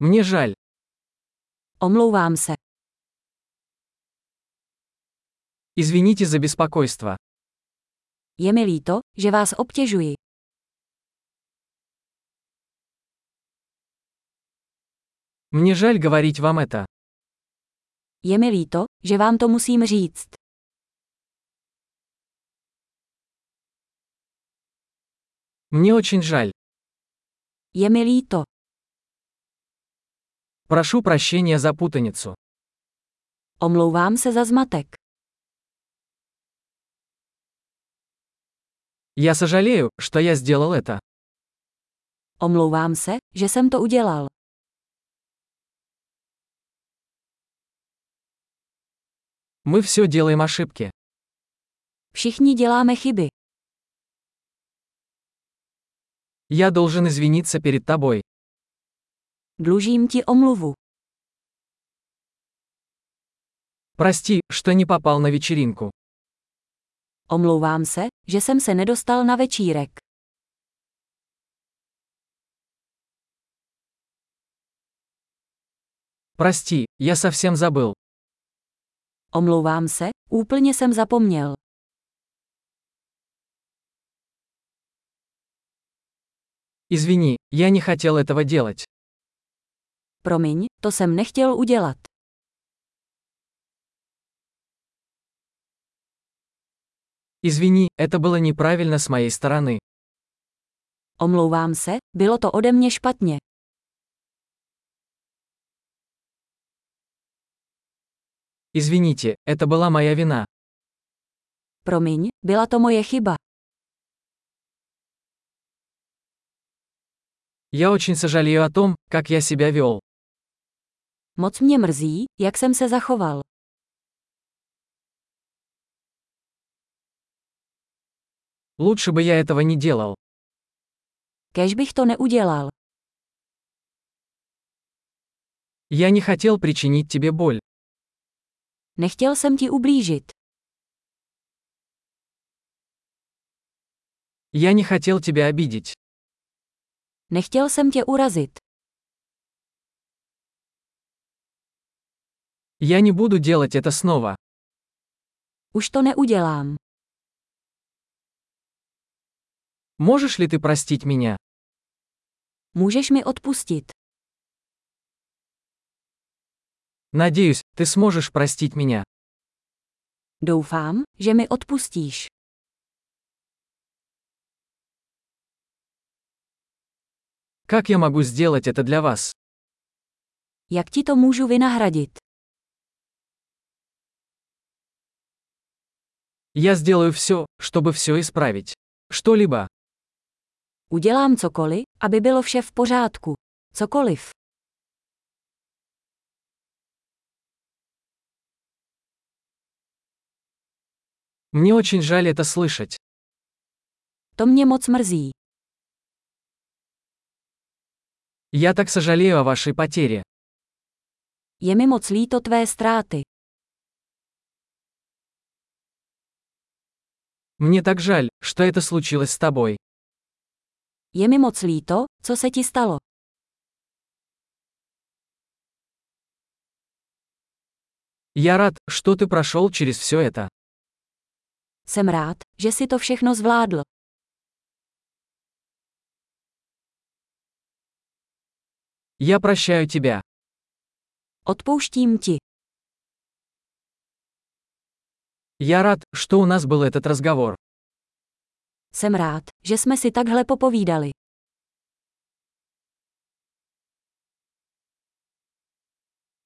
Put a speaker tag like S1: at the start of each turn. S1: Мне жаль.
S2: Omlouvám se.
S1: Извините за беспокойство.
S2: Je mi líto, že vás obtěžuji.
S1: Мне жаль говорить вам это.
S2: Je mi líto, že vám to musím říct.
S1: Мне очень жаль.
S2: Je mi líto.
S1: Прошу прощения за путаницу.
S2: Omlouvám se za zmatek.
S1: Я сожалею, что я сделал это.
S2: Omlouvám se, že jsem to udělal.
S1: Мы все делаем ошибки.
S2: Všichni děláme chyby.
S1: Я должен извиниться перед тобой.
S2: Dlužím ti omluvu.
S1: Прости, что не попал на вечеринку.
S2: Omlouvám se, že jsem se nedostal na večírek.
S1: Прости, я совсем забыл.
S2: Omlouvám se, úplně jsem zapomněl.
S1: Извини, я не хотел этого делать.
S2: Promiň, to jsem nechtěl udělat.
S1: Извини, это было неправильно с моей стороны.
S2: Omlouvám se, bylo to ode mě špatně.
S1: Извините, это была моя вина.
S2: Promiň, byla to moje chyba.
S1: Я очень сожалею о том, как я себя вел.
S2: Moc mě mrzí, jak jsem se zachoval.
S1: Лучше бы я этого не делал.
S2: Kež bych to neudělal.
S1: Я не хотел причинить тебе боль.
S2: Nechtěl jsem ti ublížit.
S1: Я не хотел тебя обидеть.
S2: Nechtěl jsem tě urazit.
S1: Я не буду делать это снова.
S2: Už to neudělám.
S1: Можешь ли ты простить меня?
S2: Můžeš mi odpustit.
S1: Надеюсь, ты сможешь простить меня.
S2: Doufám, že mi odpustíš.
S1: Как я могу сделать это для вас?
S2: Jak ti to můžu vynahradit?
S1: Я сделаю все, чтобы все исправить. Что-либо.
S2: Udělám cokoliv, aby bylo vše v pořádku. Cokoliv.
S1: Мне очень жаль это слышать.
S2: To mě moc mrzí.
S1: Я так сожалею о вашей потере.
S2: Je mi moc líto tvé ztráty.
S1: Мне так жаль, что это случилось с тобой.
S2: Je mi moc líto, co se ti stalo.
S1: Я рад, что ты прошел через все это.
S2: Jsem rád, že si to všechno zvládl.
S1: Я прощаю тебя.
S2: Odpouštím ti.
S1: Я рад, что у нас был этот разговор.
S2: Jsem rád, že jsme si takhle popovídali.